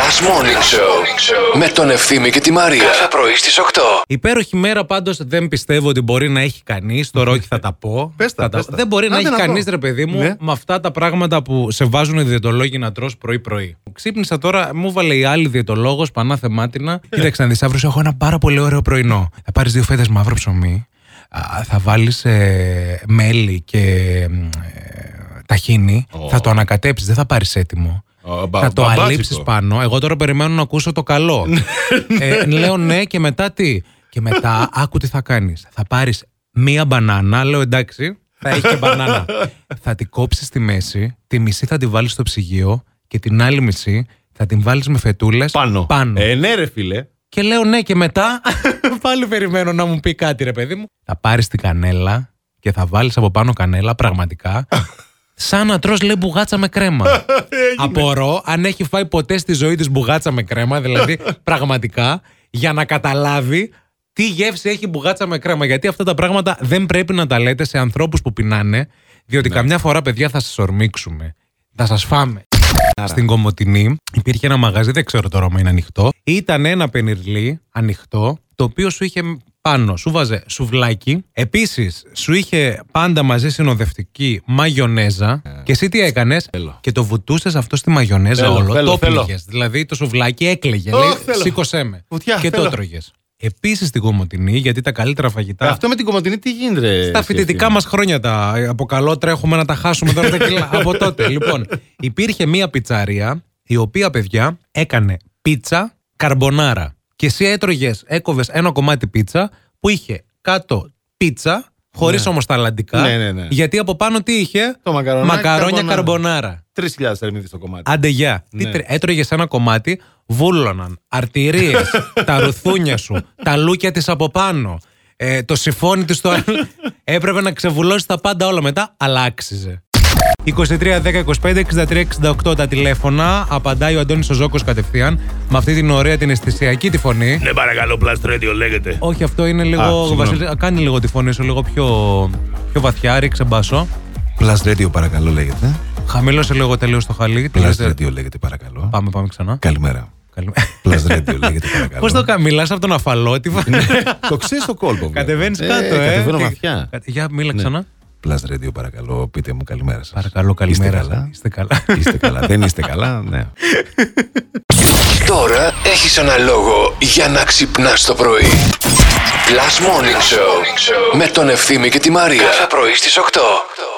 Last Morning Show με τον Ευθύμη και τη Μαρία. Κάθε πρωί στις 8. Υπέροχη μέρα πάντως δεν πιστεύω ότι μπορεί να έχει κανείς. Το Ρόκι θα τα πω. Πες τα, Θα πες τα. Δεν μπορεί να Άντε έχει να κανεί, δω. ρε παιδί μου, Ναι. με αυτά τα πράγματα που σε βάζουν οι διαιτολόγοι να τρως πρωί-πρωί. Ξύπνησα τώρα, μου έβαλε η άλλη διαιτολόγος πανά θεμάτινα. Ε. Κοίταξε να δεις, αύριο σου έχω ένα πάρα πολύ ωραίο πρωινό. Θα πάρεις δύο φέτες μαύρο ψωμί. α, Θα βάλεις μέλι και ε, ταχίνι. Θα το ανακατέψεις, δεν θα πάρεις έτοιμο. Ω, μπα- θα το μπαμπάτσικο. αλείψεις πάνω. Εγώ τώρα περιμένω να ακούσω το καλό. ε, λέω ναι και μετά τι. Και μετά άκου τι θα κάνεις. Θα πάρεις μία μπανάνα, λέω εντάξει, θα έχει και μπανάνα. θα την κόψεις στη μέση, τη μισή θα τη βάλεις στο ψυγείο και την άλλη μισή θα την βάλεις με φετούλες Πάνω. πάνω. Ε, ναι, ρε φίλε. Και λέω ναι και μετά πάλι περιμένω να μου πει κάτι ρε παιδί μου. Θα πάρεις την κανέλα και θα βάλεις από πάνω κανέλα πραγματικά σαν να τρως λέει μπουγάτσα με κρέμα. Απορώ αν έχει φάει ποτέ στη ζωή της μπουγάτσα με κρέμα δηλαδή πραγματικά για να καταλάβει τι γεύση έχει μπουγάτσα με κρέμα. Γιατί αυτά τα πράγματα δεν πρέπει να τα λέτε σε ανθρώπους που πεινάνε διότι καμιά φορά παιδιά θα σας ορμήξουμε. Θα σας φάμε. Στην Κομωτινή υπήρχε ένα μαγαζί, δεν ξέρω τώρα αν είναι ανοιχτό. Ήταν ένα πενιρλί ανοιχτό, το οποίο σου είχε πάνω, σου βάζε σουβλάκι. Επίσης, σου είχε πάντα μαζί συνοδευτική μαγιονέζα. Και εσύ τι έκανες, Ε. Θέλω. και το βουτούσες αυτό στη μαγιονέζα Θέλω, όλο. θέλω, το θέλω. πήγε. Δηλαδή το σουβλάκι έκλαιγε. Ωχ, λέει, θέλω. σήκωσέ με. Βουτιά, και το θέλω. Ε. τρώγε. Επίση στην Κομωτινή, γιατί τα καλύτερα φαγητά. Αυτό με την κομματινή τι γίνεται, ρε. Στα φοιτητικά μας χρόνια τα. Από καλό τρέχουμε να τα χάσουμε τώρα τα κιλά. από τότε. Λοιπόν, υπήρχε μία πιτσαρία η οποία, παιδιά, έκανε πίτσα καρμπονάρα. Και εσύ έτρωγες, έκοβες ένα κομμάτι πίτσα που είχε κάτω πίτσα, χωρίς Ναι. όμως τα αλλαντικά. Ναι, ναι, ναι. Γιατί από πάνω τι είχε, Το μακαρονάκι μακαρόνια καρμπονάρα. καρμπονάρα. 3.000 θερμίδε στο κομμάτι. Άντε γεια. Ναι. Τι τρε- Έτρωγες ένα κομμάτι, βούλωναν αρτηρίες, τα ρουθούνια σου, τα λούκια της από πάνω, ε, το σιφόνι της στο άλλο. Έπρεπε να ξεβουλώσεις τα πάντα όλα μετά, αλλά άξιζε. 23, 10, 25, 63, 68 τα τηλέφωνα. Απαντάει ο Αντώνης ο Ζώκος κατευθείαν με αυτή την ωραία την αισθησιακή τη φωνή. Ναι, παρακαλώ, Blast Radio λέγεται. Όχι, αυτό είναι Α, λίγο. συγγνώμη. Βασίλη, κάνει λίγο τη φωνή σου, λίγο πιο, πιο βαθιά. Ρίξε μπάσο. Plus Radio παρακαλώ λέγεται. Ε, Χαμήλωσε λίγο τελείως το χαλί. Τι λες, ε? λέγεται παρακαλώ. Πάμε, πάμε ξανά. Καλημέρα. Καλημέρα. Plus Radio λέγεται παρακαλώ. Πώς το καμιλά από τον αφαλό, τι φα- Το ξέρεις το κόλπο. Κατεβαίνεις κάτω, ε. Κατεβαίνω Τι- βαθιά. Ναι. Κα- Για μίλα ξανά. Plus Radio παρακαλώ, πείτε μου καλημέρα σας. Παρακαλώ, καλημέρα. Είστε καλά. Είστε καλά. Είστε καλά. Δεν είστε καλά, ναι. Τώρα έχεις ένα λόγο για να ξυπνάς το πρωί. Last Morning Show με τον Ευθύμη και τη Μαρία. Κάθε πρωί στις 8.